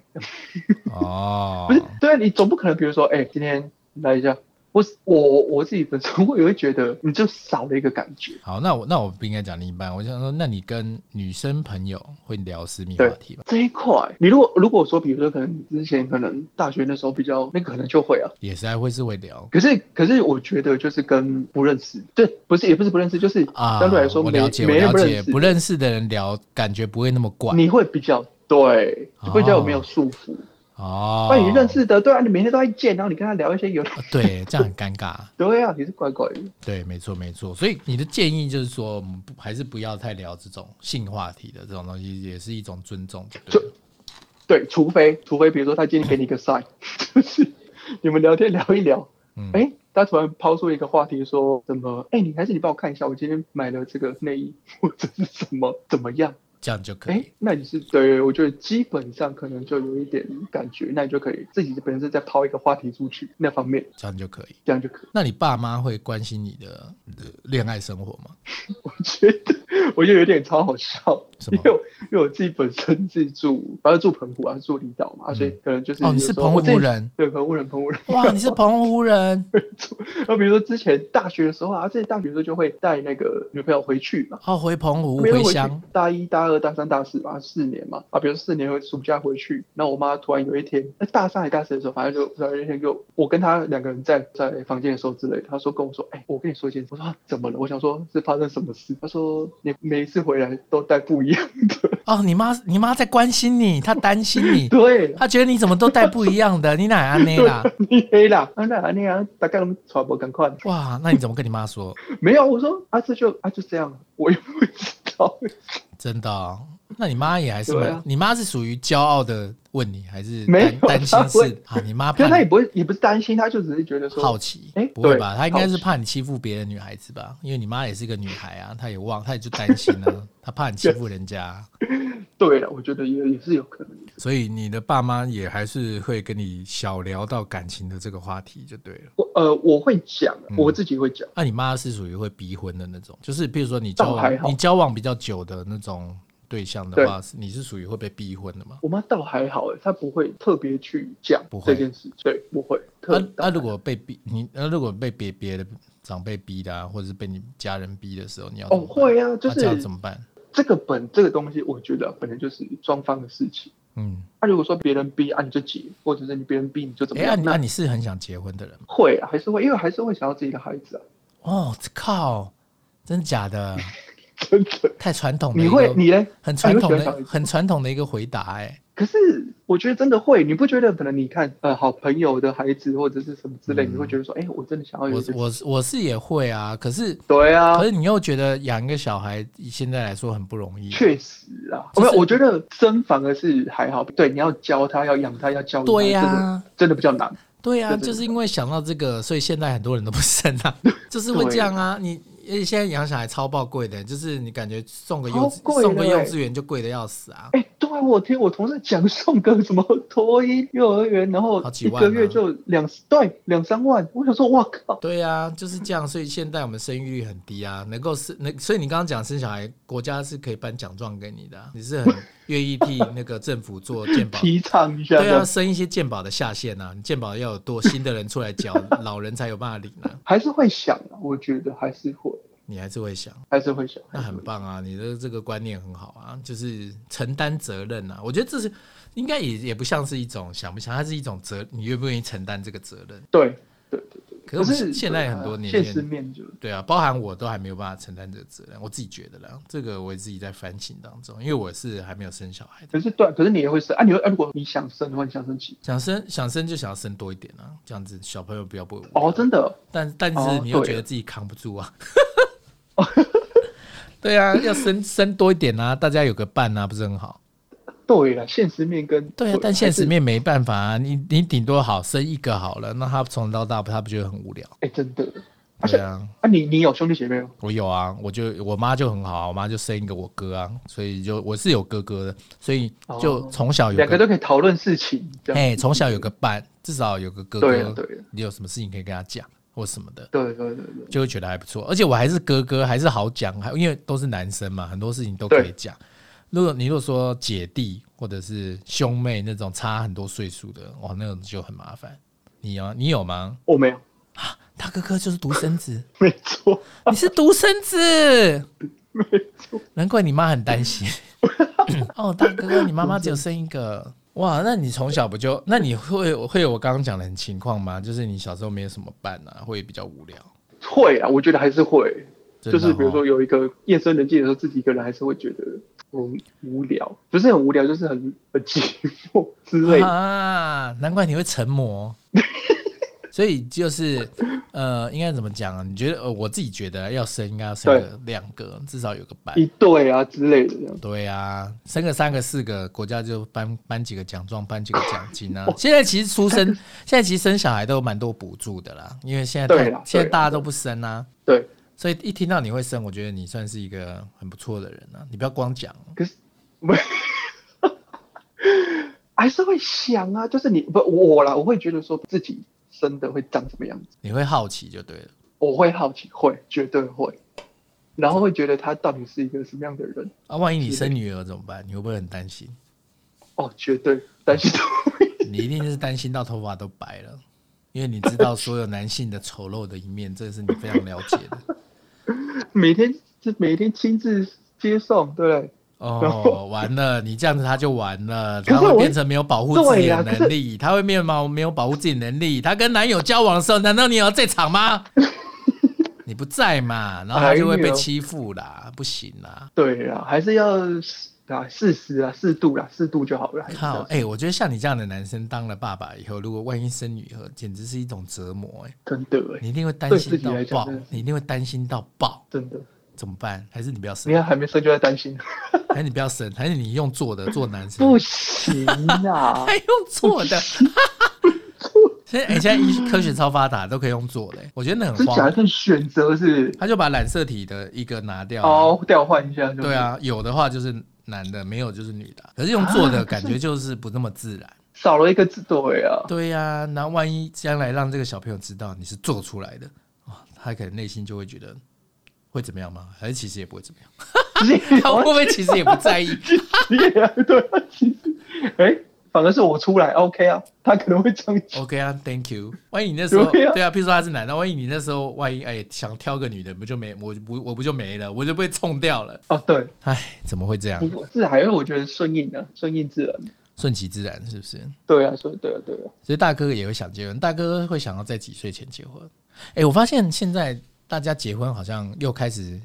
Speaker 1: 哦
Speaker 2: 不，是，对啊，你总不可能比如说，哎、今天来一下。我我我自己本身 我也会觉得你就少了一个感觉。
Speaker 1: 好，那我那我不应该讲另一半，我想说，那你跟女生朋友会聊私密话
Speaker 2: 对
Speaker 1: 题吗？
Speaker 2: 这一块，你如果如果说，比如说，可能之前可能大学那时候比较那个，可能就会啊。
Speaker 1: 也是还会是会聊
Speaker 2: 可是可是，我觉得就是跟不认识，对，不是也不是不认识，就是
Speaker 1: 啊。
Speaker 2: 相对来说
Speaker 1: 我
Speaker 2: 没
Speaker 1: 了解，我
Speaker 2: 没人
Speaker 1: 了
Speaker 2: 不
Speaker 1: 解，
Speaker 2: 认识，
Speaker 1: 不认识的人聊，感觉不会那么怪
Speaker 2: 你会比较对，你会比较没有束缚。
Speaker 1: 哦。
Speaker 2: 万一认识的，对啊，你每天都在见，然后你跟他聊一些有，
Speaker 1: 啊，对，这样很尴尬。
Speaker 2: 对啊，你是怪怪的。
Speaker 1: 对，没错，没错。所以你的建议就是说，我们不还是不要太聊这种性话题的这种东西，也是一种尊重，对不对了？
Speaker 2: 对，除非除非比如说他今天给你一个 sign，就是 你们聊天聊一聊，
Speaker 1: 嗯
Speaker 2: 哎、他突然抛出一个话题说什么，哎、你还是你帮我看一下，我今天买了这个内衣或者是什么怎么样？
Speaker 1: 这样就可
Speaker 2: 哎、
Speaker 1: 以。
Speaker 2: 那你是对，我觉得基本上可能就有一点感觉，那你就可以自己本身再抛一个话题出去那方面，
Speaker 1: 这样就可以。
Speaker 2: 这样就可以。
Speaker 1: 那你爸妈会关心你的呃恋爱生活吗？
Speaker 2: 我觉得我觉得有点超好笑，
Speaker 1: 什
Speaker 2: 因
Speaker 1: 么
Speaker 2: 为？我因为我自己本身自己住，反正住澎湖啊，住离岛嘛，啊所以可能就是
Speaker 1: 哦，你
Speaker 2: 有
Speaker 1: 是
Speaker 2: 时候
Speaker 1: 澎
Speaker 2: 我自己
Speaker 1: 湖人，
Speaker 2: 对，澎湖人，澎湖人。
Speaker 1: 哇，你是澎湖人，
Speaker 2: 那比如说之前大学的时候啊，自己大学的时候就会带那个女朋友回去嘛，
Speaker 1: 哦，回澎湖
Speaker 2: 没有
Speaker 1: 回乡，，
Speaker 2: 大一、大二、大三、大四嘛，四年嘛，啊，比如四年会暑假回去，然后我妈突然有一天，哎大三还大四的时候，反正就突然有一天就我跟她两个人在在房间的时候之类的，她说跟我说，哎、我跟你说一件事，我说、啊、怎么了？我想说是发生什么事？她说你每一次回来都带不一样的，
Speaker 1: 哦，你妈你妈在关心你，她担心 你，
Speaker 2: 对，
Speaker 1: 她觉得你怎么都带不一样的，你哪安内啦？
Speaker 2: 你黑啦，啊那那样大概传播赶快，
Speaker 1: 哇，那你怎么跟你妈说？
Speaker 2: 没有，我说啊这就啊就这样，我也不知道。
Speaker 1: 真的哦、那你妈也还是
Speaker 2: 对
Speaker 1: 蛮，
Speaker 2: 啊
Speaker 1: 你妈是属于骄傲的问你，还是
Speaker 2: 没
Speaker 1: 担
Speaker 2: 有
Speaker 1: 担
Speaker 2: 她
Speaker 1: 心
Speaker 2: 会
Speaker 1: 是啊？你妈
Speaker 2: 可
Speaker 1: 怕
Speaker 2: 是他也
Speaker 1: 你
Speaker 2: 不会，也不是担心，他就只是觉得说，
Speaker 1: 好奇
Speaker 2: 哎，
Speaker 1: 不会
Speaker 2: 对
Speaker 1: 吧？她应该
Speaker 2: 好
Speaker 1: 是
Speaker 2: 奇
Speaker 1: 怕你欺负别的女孩子吧？因为你妈也是个女孩啊，她也忘，她也就担心 啊，她怕你欺负人家啊，
Speaker 2: 对了，我觉得也也是有可能的。
Speaker 1: 所以你的爸妈也还是会跟你小聊到感情的这个话题就对了。
Speaker 2: 我呃，我会讲，
Speaker 1: 嗯
Speaker 2: 我自己会讲，
Speaker 1: 那、你妈是属于会逼婚的那种，就是比如说你交
Speaker 2: 倒还
Speaker 1: 往
Speaker 2: 好
Speaker 1: 你交往比较久的那种对象的
Speaker 2: 对
Speaker 1: 话，是你是属于会被逼婚的吗？
Speaker 2: 我妈倒还好，欸她不会特别去讲
Speaker 1: 不会
Speaker 2: 这件事，对，不会特
Speaker 1: 那
Speaker 2: 别
Speaker 1: 那、啊如果被逼你，那、如果被别别的长辈逼的啊，或者是被你家人逼的时候，你要怎
Speaker 2: 哦
Speaker 1: 么办
Speaker 2: 会啊，就
Speaker 1: 那这样
Speaker 2: 是
Speaker 1: 怎么办？
Speaker 2: 这个本这个东西，我觉得本来就是双方的事情。
Speaker 1: 嗯，
Speaker 2: 那、如果说别人逼啊，你就急，或者是你别人逼你就怎么
Speaker 1: 哎、那
Speaker 2: 样？
Speaker 1: 你那、
Speaker 2: 那
Speaker 1: 你是很想结婚的人吗？
Speaker 2: 会啊，还是会，因为还是会想要自己的孩子啊，
Speaker 1: 哦，靠，真假 的，
Speaker 2: 真的。
Speaker 1: 太传统的一
Speaker 2: 你
Speaker 1: 个，
Speaker 2: 会你嘞？
Speaker 1: 很传统
Speaker 2: 你会喜欢小
Speaker 1: 的
Speaker 2: 孩子
Speaker 1: 很传统的一个回答、哎，
Speaker 2: 可是我觉得真的会，你不觉得可能你看呃好朋友的孩子或者是什么之类，
Speaker 1: 嗯
Speaker 2: 你会觉得说，哎、我真的想要有
Speaker 1: 我
Speaker 2: 一个。
Speaker 1: 我是我是也会啊，可是
Speaker 2: 对啊
Speaker 1: 可，是你又觉得养一个小孩现在来说很不容易，
Speaker 2: 确实啊，
Speaker 1: 就是
Speaker 2: 没有，我觉得生反而是还好，对，你要教他，要养他，要教育他，
Speaker 1: 对呀、
Speaker 2: 真的真的比较难。
Speaker 1: 对呀、
Speaker 2: 对对
Speaker 1: 就是因为想到这个，所以现在很多人都不生 啊，就是会这样啊。你而且现在养小孩超爆贵的，就是你感觉送个幼
Speaker 2: 超贵的
Speaker 1: 送个幼稚园就贵的要死啊。
Speaker 2: 哎、对啊，我听我同事讲送个什么托婴幼儿园，然后
Speaker 1: 好几
Speaker 2: 一
Speaker 1: 万啊
Speaker 2: 个月就两对两三万，我想说，哇靠，
Speaker 1: 对呀、就是这样，所以现在我们生育率很低啊，能够生，能，所以你刚刚讲生小孩，国家是可以颁奖状给你的啊、你是很愿意替那个政府做健保，
Speaker 2: 提倡一下
Speaker 1: 对
Speaker 2: 这样
Speaker 1: 啊，，生一些健保的下限啊，你健保要有多新的人出来缴， 老人才有办法领啊，
Speaker 2: 还是会想啊，我觉得还是会，
Speaker 1: 你还是会想。
Speaker 2: 还是会想，
Speaker 1: 那很棒啊，你的这个观念很好啊，就是承担责任啊。我觉得这是应该也也不像是一种想不想，它是一种责，你愿不愿意承担这个责任？
Speaker 2: 对对对对。
Speaker 1: 可是我们现
Speaker 2: 是呃
Speaker 1: 现在很多年
Speaker 2: 现
Speaker 1: 轻
Speaker 2: 实
Speaker 1: 人，
Speaker 2: 面就
Speaker 1: 对啊，包含我都还没有办法承担这个责任，我自己觉得啦，这个我也自己在反省当中，因为我是还没有生小孩的，
Speaker 2: 可是对，可是你也会生啊？你会啊？如果你想生的话，你想生几？
Speaker 1: 想生想生就想要生多一点啊，这样子小朋友不要不
Speaker 2: 哦，真的
Speaker 1: 但但是
Speaker 2: 哦
Speaker 1: 你又
Speaker 2: 对
Speaker 1: 觉得自己扛不住啊。
Speaker 2: 哦啊
Speaker 1: 对啊，要生生多一点啊，大家有个伴啊，不是很好？
Speaker 2: 对了，现实面跟
Speaker 1: 对啊，但现实
Speaker 2: 还是
Speaker 1: 面没办法啊，你你顶多好生一个好了，那他从小到大他不觉得很无聊？
Speaker 2: 哎、真的而且
Speaker 1: 对啊，
Speaker 2: 啊，你你有兄弟姐妹吗？
Speaker 1: 我有啊，我就我妈就很好啊，我妈就生一个我哥啊，所以就我是有哥哥的，所以就
Speaker 2: 哦
Speaker 1: 从小有
Speaker 2: 两个
Speaker 1: 个
Speaker 2: 都可以讨论事情，这样
Speaker 1: 哎，从小有个伴，至少有个哥
Speaker 2: 对啊
Speaker 1: 哥
Speaker 2: 对啊，
Speaker 1: 你有什么事情可以跟他讲或什么的，
Speaker 2: 对对对啊对，
Speaker 1: 就会觉得还不错。而且我还是哥哥，还是好讲，还因为都是男生嘛，很多事情都可以
Speaker 2: 对
Speaker 1: 讲。如果你如果说姐弟或者是兄妹那种差很多岁数的，哇，那种就很麻烦。你有啊你有吗？
Speaker 2: 我、哦没有，
Speaker 1: 他哥哥就是独生 子，
Speaker 2: 没错，
Speaker 1: 你是独生子，难怪你妈很担 心。哦，大哥哥，你妈妈只有生一个，哇，那你从小不就？那你会会有我刚刚讲的情况吗？就是你小时候没有什么伴啊，会比较无聊。
Speaker 2: 会啊，我觉得还是会，
Speaker 1: 真
Speaker 2: 就
Speaker 1: 的
Speaker 2: 是比如
Speaker 1: 哦
Speaker 2: 说有一个夜深人静的时候，自己一个人还是会觉得嗯无聊，不是很无聊，就是很很寂寞之类的。
Speaker 1: 啊，难怪你会成 魔。所以就是，呃，应该怎么讲啊？你觉得，呃，我自己觉得要生应该要生个两个，至少有个班。
Speaker 2: 一对啊之类的这样，
Speaker 1: 对啊，生个三个四个，国家就颁颁几个奖状，颁几个奖金 啊。现在其实出生， 现在其实生小孩都有蛮多补助的啦，因为现在
Speaker 2: 对
Speaker 1: 大
Speaker 2: 啦
Speaker 1: 现在
Speaker 2: 对啦
Speaker 1: 大家都不生啊，
Speaker 2: 对。
Speaker 1: 所以一听到你会生，我觉得你算是一个很不错的人啊。你不要光讲，
Speaker 2: 可是不，还是会想啊，就是你不我啦，我会觉得说自己真的会长什么样子，
Speaker 1: 你会好奇就对了。
Speaker 2: 我会好奇，会绝对会。然后会觉得他到底是一个什么样的人。
Speaker 1: 啊，万一你生女儿怎么办？你会不会很担心？
Speaker 2: 哦，绝对担心到
Speaker 1: 你一定是担心到头发都白了，因为你知道所有男性的丑陋的一面，这是你非常了解的。
Speaker 2: 每天就每天亲自接送，对不对？
Speaker 1: 哦，完了，你这样子他就完了，
Speaker 2: 可
Speaker 1: 他
Speaker 2: 是
Speaker 1: 会
Speaker 2: 我
Speaker 1: 变成没有保护自己的
Speaker 2: 对呀可是
Speaker 1: 能力，他会变毛没有保护自己的能力。他跟男友交往的时候，难道你有这场吗？ 你不在嘛，然后他就会
Speaker 2: 哎
Speaker 1: 被
Speaker 2: 呦
Speaker 1: 欺负啦，不行啦。
Speaker 2: 对啦，还是要啊适时啊，适度啦，适度就好了。还是
Speaker 1: 靠，
Speaker 2: 要
Speaker 1: 哎、我觉得像你这样的男生当了爸爸以后，如果万一生女儿，简直是一种折磨、哎，
Speaker 2: 真的哎、
Speaker 1: 你一定会担
Speaker 2: 对
Speaker 1: 心
Speaker 2: 自己
Speaker 1: 到
Speaker 2: 来讲
Speaker 1: 爆
Speaker 2: 真的是，
Speaker 1: 你一定会担心到爆，
Speaker 2: 真的，
Speaker 1: 怎么办？还是你不要生
Speaker 2: 你？看还没生就在担心，
Speaker 1: 还是你不要生？还是你用做 的做男生？
Speaker 2: 不行啊
Speaker 1: 还，用做的？现在、哎，现在医科学超发达，都可以用做的、哎我觉得那
Speaker 2: 真
Speaker 1: 很
Speaker 2: 假
Speaker 1: 荒。
Speaker 2: 的选择是
Speaker 1: 他就把染色体的一个拿掉、啊，
Speaker 2: 哦调换一下，
Speaker 1: 对，啊，有的话就是男的，没有就是女的啊。可是用做的感觉就是不那么自 然。
Speaker 2: 少了一个字对 啊，
Speaker 1: 对呀、那万一将来让这个小朋友知道你是做出来的，哦，他可能内心就会觉得会怎么样吗？还是其实也不会怎么样？ 他会不会其实也不在意？
Speaker 2: 对啊，对啊，其实哎、反而是我出来 OK 啊，他可能会这样讲，
Speaker 1: OK 啊，Thank you。万一你那时候
Speaker 2: 对啊
Speaker 1: 对啊，譬如说他是男的，万一你那时候万一哎想挑个女的，不就没我就不我不就没了，我就被冲掉了。
Speaker 2: 哦对，
Speaker 1: 哎，怎么会这样
Speaker 2: 不？过是还是我觉得顺应啊，顺应自然，
Speaker 1: 顺其自然是不是？
Speaker 2: 对啊，所以对啊对啊，
Speaker 1: 所以大哥哥也会想结婚，大哥哥会想要在几岁前结婚？哎、我发现现在大家结婚好像又开始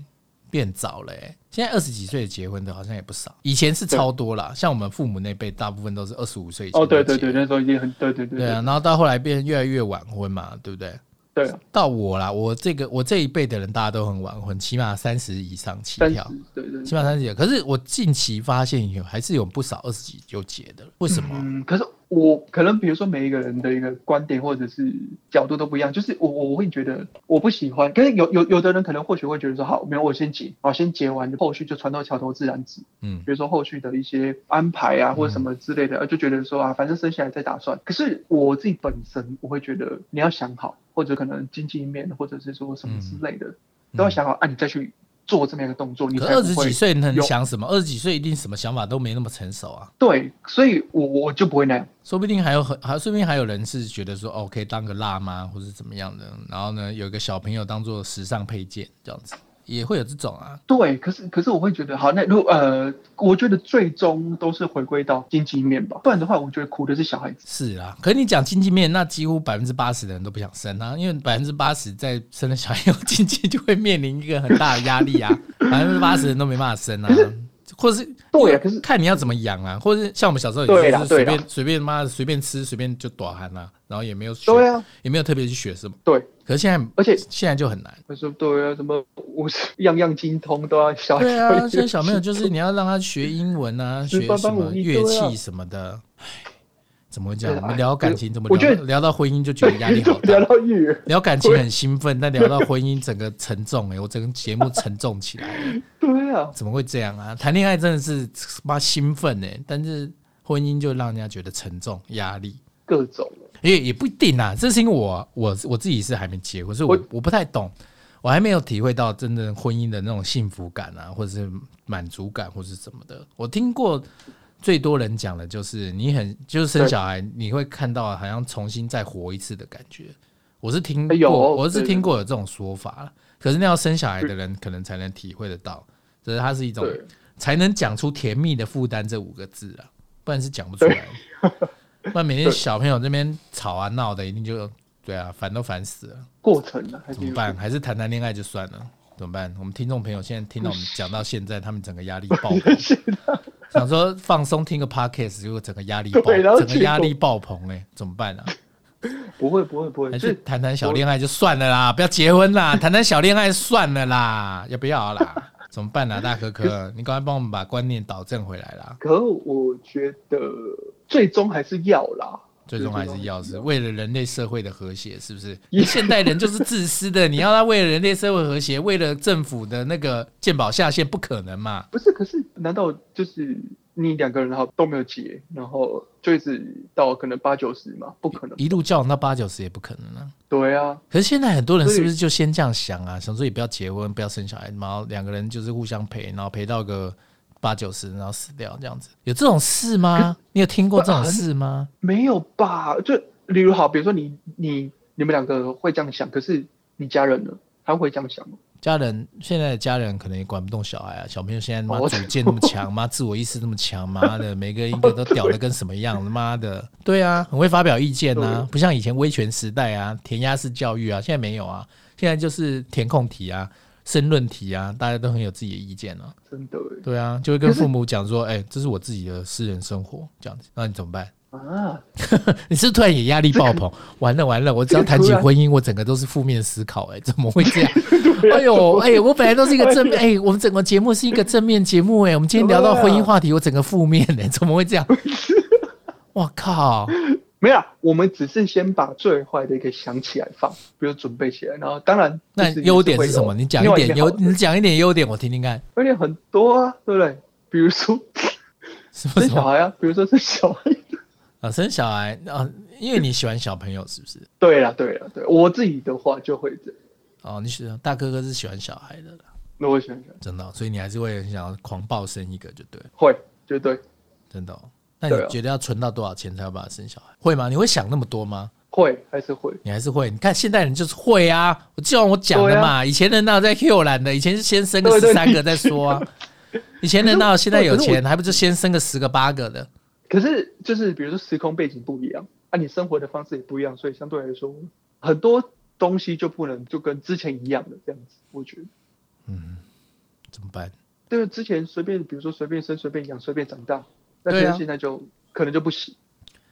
Speaker 1: 变早了、欸，现在二十几岁结婚的好像也不少，以前是超多啦，像我们父母那辈，大部分都是二十五岁以前
Speaker 2: 哦对
Speaker 1: 就结
Speaker 2: 对对，
Speaker 1: 婚
Speaker 2: 那时候已经很对对对
Speaker 1: 对啊，然后到后来变越来越晚婚嘛，对不对？
Speaker 2: 对啊，
Speaker 1: 到我啦，我这个我这一辈的人，大家都很晚婚，起码三十以上起
Speaker 2: 三十
Speaker 1: 跳，
Speaker 2: 对对对
Speaker 1: 起码三十。可是我近期发现有还是有不少二十几就结的，为什么？
Speaker 2: 嗯，可是我可能比如说每一个人的一个观点或者是角度都不一样，就是我我我会觉得我不喜欢，可是有有有的人可能或许会觉得说好，没有我先结，好先结完，后续就船到桥头自然直，
Speaker 1: 嗯
Speaker 2: 比如说后续的一些安排啊或者什么之类的，呃就觉得说啊，反正生下来再打算。可是我自己本身我会觉得你要想好，或者可能经济面或者是说什么
Speaker 1: 嗯
Speaker 2: 之类的，都要想好啊，你再去做这么一个动作，你
Speaker 1: 可
Speaker 2: 才不
Speaker 1: 二十
Speaker 2: 会
Speaker 1: 几岁能
Speaker 2: 有
Speaker 1: 想什么？二十几岁一定什么想法都没那么成熟啊，
Speaker 2: 对，所以我我就不会那样。
Speaker 1: 说不定还有很还说不定还有人是觉得说哦可以当个辣妈或者怎么样的，然后呢有一个小朋友当做时尚配件这样子，也会有这种啊。
Speaker 2: 对，可是可是我会觉得，好，那如果呃，我觉得最终都是回归到经济面吧，不然的话，我觉得苦的是小孩子。
Speaker 1: 是啊，可是你讲经济面，那几乎百分之八十的人都不想生啊，因为百分之八十在生了小孩后， 经济就会面临一个很大的压 力啊，百分之八十人都没办法生啊，或是
Speaker 2: 对啊可是
Speaker 1: 看你要怎么养啊，或是像我们小时候
Speaker 2: 对
Speaker 1: 也
Speaker 2: 啦
Speaker 1: 就是随
Speaker 2: 对啦
Speaker 1: 便随便妈的随便吃随便就短寒啊，然后也没有学，
Speaker 2: 对啊，
Speaker 1: 也没有特别去学什么，
Speaker 2: 对，
Speaker 1: 可是现在
Speaker 2: 而且
Speaker 1: 现在就很难。
Speaker 2: 我说对啊，什么我是样样精通都要小孩子。
Speaker 1: 对啊，现在 小朋友就是你要让他学英文啊，
Speaker 2: 十
Speaker 1: 学
Speaker 2: 八般
Speaker 1: 什么
Speaker 2: 武艺
Speaker 1: 乐
Speaker 2: 对啊
Speaker 1: 器什么的。唉，怎么会这样？
Speaker 2: 对啊
Speaker 1: 我们聊感情，怎么
Speaker 2: 我觉
Speaker 1: 聊
Speaker 2: 得
Speaker 1: 聊到婚姻就觉得压力 好
Speaker 2: 聊
Speaker 1: 大？
Speaker 2: 到育儿，
Speaker 1: 聊感情很兴奋，但聊到婚姻整个沉重哎、我整个节目沉重起来了，
Speaker 2: 对啊，
Speaker 1: 怎么会这样啊？谈恋爱真的是妈兴奋哎、但是婚姻就让人家觉得沉重压力。
Speaker 2: 各种
Speaker 1: 也也不一定啦，这是因为我我我自己是还没结婚，所以我
Speaker 2: 我
Speaker 1: 我不太懂，我还没有体会到真正婚姻的那种幸福感啊，或者是满足感，或是什么的。我听过最多人讲的就是你很就是生小孩，你会看到好像重新再活一次的感觉。我是听过，
Speaker 2: 哎有
Speaker 1: 我是
Speaker 2: 对
Speaker 1: 听过有这种说法啦可是那要生小孩的人可能才能体会得到，就是它是一种
Speaker 2: 对
Speaker 1: 才能讲出“甜蜜的负担”这五个字啊，不然是讲不出来。 不然每天小朋友这边吵啊闹的，一定就对啊，烦都烦死了，
Speaker 2: 过程啊，还是
Speaker 1: 怎么办？还是谈谈恋爱就算了，怎么办？我们听众朋友现在听到我们讲到现在，他们整个压力爆棚，想说放松听个 podcast，结果整个压力爆，
Speaker 2: 对然后
Speaker 1: 整个
Speaker 2: 结
Speaker 1: 压
Speaker 2: 果
Speaker 1: 力爆棚哎、怎么办啊？
Speaker 2: 不会不会不会，
Speaker 1: 还
Speaker 2: 就是是
Speaker 1: 谈谈小恋爱就算了啦，不要结婚啦，谈谈小恋爱算了啦，要不要啦？怎么办啊，大可可？你赶快帮我们把观念导正回来啦。
Speaker 2: 可我觉得最终还是要啦，
Speaker 1: 最终还是要是为了人类社会的和谐，是不是？
Speaker 2: 也
Speaker 1: 现代人就是自私的，你要他为了人类社会和谐，为了政府的那个健保下线，不可能嘛？
Speaker 2: 不是，可是难道就是你两个人然后都没有结，然后就一直到可能八九十嘛，不可能。
Speaker 1: 一路交往到八九十也不可能啊。
Speaker 2: 对啊，
Speaker 1: 可是现在很多人
Speaker 2: 所以
Speaker 1: 是不是就先这样想啊？想说也不要结婚，不要生小孩，然后两个人就是互相陪，然后陪到个八九十，然后死掉这样子，有这种事吗？你有听过这种事吗？
Speaker 2: 没有吧？就例如好，比如说你你你们两个会这样想，可是你家人呢？他会这样想吗？
Speaker 1: 家人现在的家人可能也管不动小孩啊，小朋友现在妈
Speaker 2: 哦
Speaker 1: 主见那么强，妈自我意识那么强，妈 的每个一个都屌的跟什么样，妈的，对啊，很会发表意见啊
Speaker 2: 对，
Speaker 1: 不像以前威权时代啊，填鸭式教育啊，现在没有啊，现在就是填空题啊，申论题啊，大家都很有自己的意见啊，
Speaker 2: 真的欸
Speaker 1: 对啊，就会跟父母讲说，哎、这是我自己的私人生活这样子，那你怎么办？
Speaker 2: 啊，
Speaker 1: 你是不是突然也压力爆棚， 完了完了，我只要谈起婚姻，我整个都是负面思考、哎，怎么会这样？哎呦，哎、我本来都是一个正面，哎、我们整个节目是一个正面节目、哎，我们今天聊
Speaker 2: 啊
Speaker 1: 到婚姻话题，我整个负面、哎，怎么会这样？我靠！
Speaker 2: 没有啊，我们只是先把最坏的一个想起来放，比如准备起来，然后当然
Speaker 1: 那
Speaker 2: 就是
Speaker 1: 优点
Speaker 2: 会
Speaker 1: 是什
Speaker 2: 有
Speaker 1: 么？你讲
Speaker 2: 另
Speaker 1: 一
Speaker 2: 外
Speaker 1: 点
Speaker 2: 面
Speaker 1: 优，
Speaker 2: 好的
Speaker 1: 你讲一点优点，我听听看。
Speaker 2: 优点很多啊，对不对？比如说
Speaker 1: 什么
Speaker 2: 生
Speaker 1: 什
Speaker 2: 小
Speaker 1: 么
Speaker 2: 孩啊，比如说生小孩。
Speaker 1: 啊？生小孩啊？因为你喜欢小朋友，是不是？
Speaker 2: 对了，对了，对我自己的话就会这样，
Speaker 1: 哦，你喜欢大哥哥是喜欢小孩的啦，
Speaker 2: 那我想想，
Speaker 1: 真的哦、所以你还是会很想要狂暴生一个，就对了。
Speaker 2: 会，绝对
Speaker 1: 真的、哦？那你
Speaker 2: 对啊
Speaker 1: 觉得要存到多少钱才要把它生小孩？会吗？你会想那么多吗？
Speaker 2: 会，还是会。
Speaker 1: 你还是会？你看现代人就是会啊！我就像我讲的
Speaker 2: 对啊
Speaker 1: 嘛，以前人哪有在 Q 懒的？以前是先生个
Speaker 2: 对
Speaker 1: 十
Speaker 2: 对
Speaker 1: 三个再说 啊。以前人哪有现在有
Speaker 2: 可是我
Speaker 1: 钱，还不就先生个十个八个的？
Speaker 2: 可是就是比如说时空背景不一样，啊，你生活的方式也不一样，所以相对来说很多东西就不能就跟之前一样的这样子，我觉得。
Speaker 1: 怎么办？
Speaker 2: 对，之前随便，比如说随便生、随便养、随便长大，那
Speaker 1: 对啊
Speaker 2: 可是现在就、可能就不行。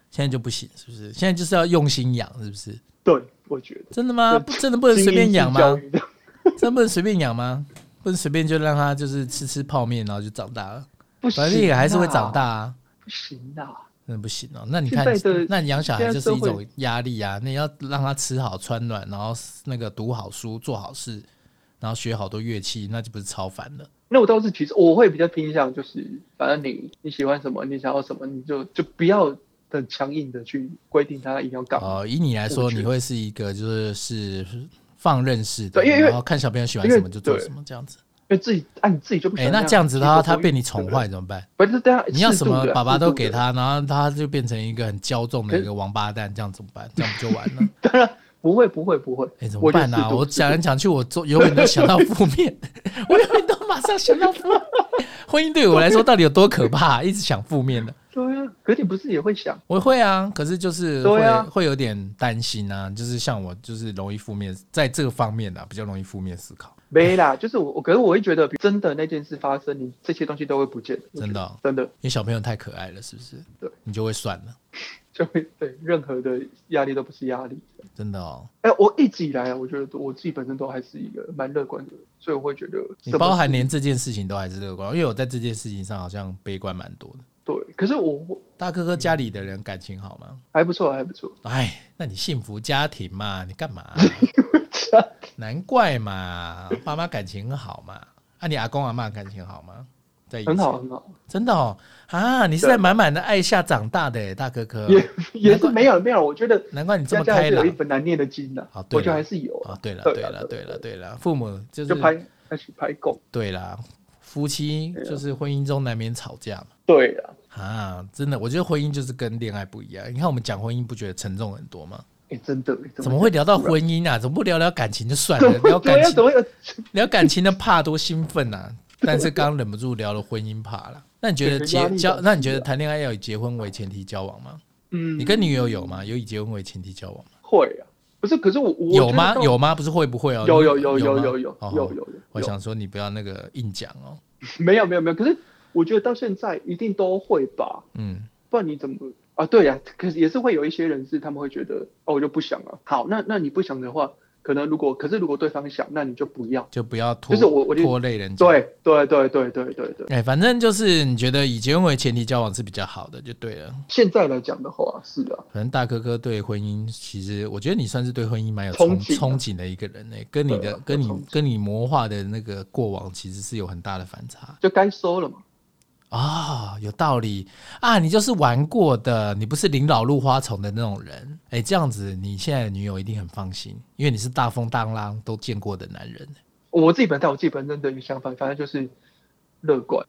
Speaker 1: 现在就不行，是不是？现在就是要用心养，是不是？
Speaker 2: 对，我觉得
Speaker 1: 真的吗？不真的不能随便养吗？真的不能随便养吗？不能随便就让他就是吃吃泡面，然后就长大了。
Speaker 2: 不行、啊
Speaker 1: 反正也还是会长，大啊。
Speaker 2: 不行啊！
Speaker 1: 那不行哦。那你
Speaker 2: 现
Speaker 1: 看
Speaker 2: 在的，
Speaker 1: 那你养小孩
Speaker 2: 现在
Speaker 1: 就是一
Speaker 2: 社会
Speaker 1: 种压力啊。那你要让他吃好穿暖，然后那个读好书、做好事，然后学好多乐器，那就不是超烦了。
Speaker 2: 那我倒是其实我会比较偏向就是，反正你你喜欢什么，你想要什么，你就就不要很强硬的去规定他一定要干嘛。
Speaker 1: 哦，以你来说，
Speaker 2: 我觉得
Speaker 1: 你会是一个就是是放任式的，
Speaker 2: 对因为因为
Speaker 1: 然后看小朋友喜欢什么就做什么这样子。
Speaker 2: 因为自己啊按、你自己就不
Speaker 1: 哎、
Speaker 2: 想。
Speaker 1: 那这样子的话，他被你宠
Speaker 2: 对
Speaker 1: 坏怎么办？
Speaker 2: 不对，不是对啊，
Speaker 1: 你要
Speaker 2: 适
Speaker 1: 什
Speaker 2: 度
Speaker 1: 么
Speaker 2: 的啊
Speaker 1: 爸爸都给。
Speaker 2: 适度的
Speaker 1: 他，然后他就变成一个很骄纵的一个王八蛋，这样怎么办？这样不就完了？
Speaker 2: 不会不会不会，
Speaker 1: 哎、怎么办啊？我讲来讲去，我做永远都想到负 面，我永远都马上想到负面。婚姻对我来说到底有多可怕、一直想负面的，
Speaker 2: 对啊，可是你不是也会想，
Speaker 1: 我会啊，可是就是会、
Speaker 2: 对啊
Speaker 1: 会有点担心啊，就是像我就是容易负面，在这个方面啊比较容易负面思考，
Speaker 2: 没啦，就是我，我可是我会觉得，真的那件事发生，你这些东西都会不见，我觉
Speaker 1: 真
Speaker 2: 得
Speaker 1: 的哦
Speaker 2: 真的
Speaker 1: 因为小朋友太可爱了，是不是？
Speaker 2: 对，
Speaker 1: 你就会算了，
Speaker 2: 就会对任何的压力都不是压力。
Speaker 1: 真的哦。
Speaker 2: 哎、我一直以来啊，我觉得我自己本身都还是一个蛮乐观的人，所以我会觉得
Speaker 1: 你
Speaker 2: 什么
Speaker 1: 包含
Speaker 2: 事
Speaker 1: 连这件事情都还是乐观，因为我在这件事情上好像悲观蛮多的。
Speaker 2: 对，可是我我
Speaker 1: 大哥哥家里的人感情好吗？
Speaker 2: 还不错，还不错。
Speaker 1: 哎，那你幸福家庭嘛，你干嘛、啊
Speaker 2: 是啊
Speaker 1: 难怪嘛，爸妈感情很好嘛。啊，你阿公阿妈感情好吗？在一起
Speaker 2: 很好，很好，
Speaker 1: 真的哦啊！你是
Speaker 2: 对
Speaker 1: 在满满的爱下长大的耶大哥 哥，
Speaker 2: 也也是没有没有，我觉得
Speaker 1: 难怪呃你这
Speaker 2: 家
Speaker 1: 么
Speaker 2: 家还
Speaker 1: 开
Speaker 2: 是有
Speaker 1: 朗
Speaker 2: 一本难念的经呐、
Speaker 1: 哦对
Speaker 2: 我觉得
Speaker 1: 啦
Speaker 2: 还是有啊，
Speaker 1: 哦！对了，
Speaker 2: 对
Speaker 1: 对
Speaker 2: 啦
Speaker 1: 了，
Speaker 2: 对
Speaker 1: 对
Speaker 2: 啦
Speaker 1: 了，对了，父母就
Speaker 2: 就是拍开始拍够。
Speaker 1: 对啦，夫妻
Speaker 2: 对啊
Speaker 1: 就是婚姻中难免吵架嘛。
Speaker 2: 对啊，
Speaker 1: 啊，真的，我觉得婚姻就是跟恋爱不一样。你看我们讲婚姻，不觉得沉重很多吗？
Speaker 2: 哎、真的
Speaker 1: 怎么会聊到
Speaker 2: 突然
Speaker 1: 婚姻啊？怎么不聊聊感情就算
Speaker 2: 怎
Speaker 1: 了？聊
Speaker 2: 么
Speaker 1: 感
Speaker 2: 对啊？
Speaker 1: 情
Speaker 2: 怎么会有？
Speaker 1: 聊感情的怕多兴奋呐、 但是刚忍不住聊了婚姻怕了。那你觉得
Speaker 2: 对
Speaker 1: 结
Speaker 2: 压力
Speaker 1: 交？
Speaker 2: 大
Speaker 1: 那你觉得谈恋爱要以结婚为前提交往吗？
Speaker 2: 嗯，
Speaker 1: 你跟女友有吗？有以结婚为前提交往吗？
Speaker 2: 会啊？不是，可是我我
Speaker 1: 有吗？
Speaker 2: 觉得
Speaker 1: 有吗？不是会不会哦？
Speaker 2: 有有有有
Speaker 1: 吗
Speaker 2: 有有有
Speaker 1: 哦
Speaker 2: 有有，
Speaker 1: 我
Speaker 2: 有
Speaker 1: 想说你不要那个硬讲哦。
Speaker 2: 没有没有没有，可是我觉得到现在一定都会吧，
Speaker 1: 嗯，
Speaker 2: 不然你怎么啊？对呀、可是也是会有一些人是他们会觉得哦，我就不想了。好，那那你不想的话，可能如果可是如果对方想，那你就不要。
Speaker 1: 就不要拖
Speaker 2: 就是我我就
Speaker 1: 拖累人家。
Speaker 2: 对对对对对对对，
Speaker 1: 哎、反正就是你觉得以结婚为前提交往是比较好的，就对了。
Speaker 2: 现在来讲的话是啊，
Speaker 1: 反正大哥哥对婚姻，其实我觉得你算是对婚姻蛮有憧
Speaker 2: 憧憬
Speaker 1: 憧
Speaker 2: 啊
Speaker 1: 憬的一个人呢、欸跟你
Speaker 2: 对
Speaker 1: 的
Speaker 2: 啊
Speaker 1: 跟
Speaker 2: 有憧
Speaker 1: 你
Speaker 2: 憬
Speaker 1: 跟你魔化的那个过往，其实是有很大的反差。
Speaker 2: 就该收了嘛。
Speaker 1: 啊、有道理啊！你就是玩过的，你不是临老入花丛的那种人。哎、这样子你现在的女友一定很放心，因为你是大风大浪都见过的男人，
Speaker 2: 我自己本身我自己本身的一个想法，反正就是乐观，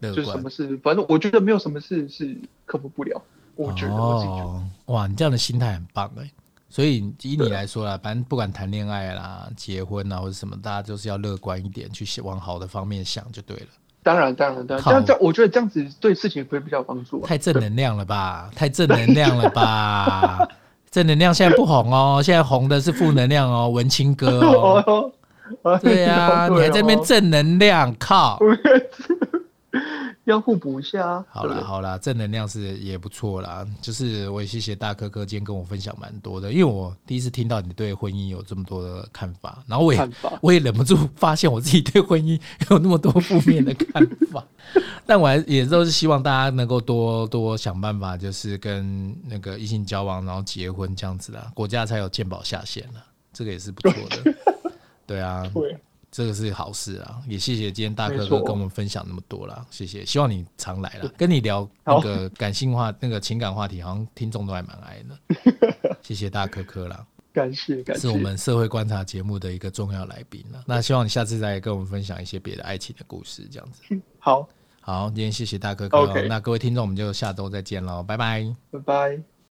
Speaker 1: 乐
Speaker 2: 就是
Speaker 1: 观
Speaker 2: 什。么事，反正我觉得没有什么事是克服不了。我觉得我自己觉得，
Speaker 1: 哦，哇，你这样的心态很棒哎。所以以你
Speaker 2: 对啊
Speaker 1: 来说啦，反正不管谈恋爱啦、结婚啊或者什么，大家就是要乐观一点，去往好的方面想就对了。
Speaker 2: 当然当然当然，
Speaker 1: 靠
Speaker 2: 这样这样，我觉得这样子对事情会比较有帮助、啊。
Speaker 1: 太正能量了吧？太正能量了 吧？正能量现在不红哦，现在红的是负能量哦，文青哥哦。
Speaker 2: 哦，哦
Speaker 1: 对啊，你还在那边，正能量，靠！
Speaker 2: 要互补一下啊。
Speaker 1: 好
Speaker 2: 对不
Speaker 1: 啦
Speaker 2: 对，
Speaker 1: 好啦，正能量是也不错啦。就是我也谢谢大哥哥今天跟我分享蛮多的，因为我第一次听到你对婚姻有这么多的看法，然后我也
Speaker 2: 看法
Speaker 1: 我也忍不住发现我自己对婚姻有那么多负面的看法， 但我还也都是希望大家能够多多想办法，就是跟那个异性交往，然后结婚这样子啦，国家才有健保下限啦，这个也是不错 的。对啊，
Speaker 2: 对，
Speaker 1: 这个是好事啊，也谢谢今天大哥
Speaker 2: 没
Speaker 1: 哥
Speaker 2: 错
Speaker 1: 跟我们分享那么多啦，谢谢，希望你常来啦。跟你聊那个感性话、那个情感话题，好像听众都还蛮爱 的。谢谢大哥哥啦，
Speaker 2: 感谢感谢，
Speaker 1: 是我们社会观察节目的一个重要来宾啦。那希望你下次再跟我们分享一些别的爱情的故事，这样子。
Speaker 2: 好，
Speaker 1: 好，今天谢谢大哥哥哦、
Speaker 2: OK
Speaker 1: 那各位听众我们就下周再见喽，拜拜。
Speaker 2: 拜拜。